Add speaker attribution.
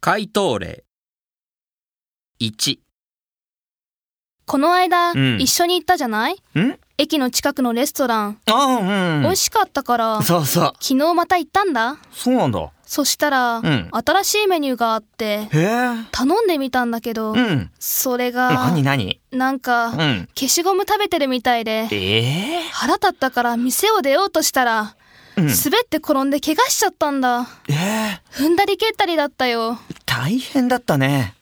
Speaker 1: 回答例1
Speaker 2: この間、
Speaker 1: うん
Speaker 2: 一緒に行ったじゃない
Speaker 1: ん
Speaker 2: 駅の近くのレストラン、
Speaker 1: ああ
Speaker 2: 美味しかっ たから昨
Speaker 1: そうそう
Speaker 2: 日また行ったんだ
Speaker 1: そうなんだ
Speaker 2: そしたら、
Speaker 1: うん
Speaker 2: 新しいメニューがあって
Speaker 1: へえ
Speaker 2: 頼んでみたんだけど、
Speaker 1: うん
Speaker 2: それが
Speaker 1: 何何
Speaker 2: なんか、
Speaker 1: うん
Speaker 2: 消しゴム食べてるみたいで
Speaker 1: ええ
Speaker 2: 腹立ったから店を出ようとしたら、
Speaker 1: うん
Speaker 2: 滑って転んで怪我しちゃったんだ
Speaker 1: ええ
Speaker 2: 踏んだり蹴ったりだったよ
Speaker 1: 大変だったね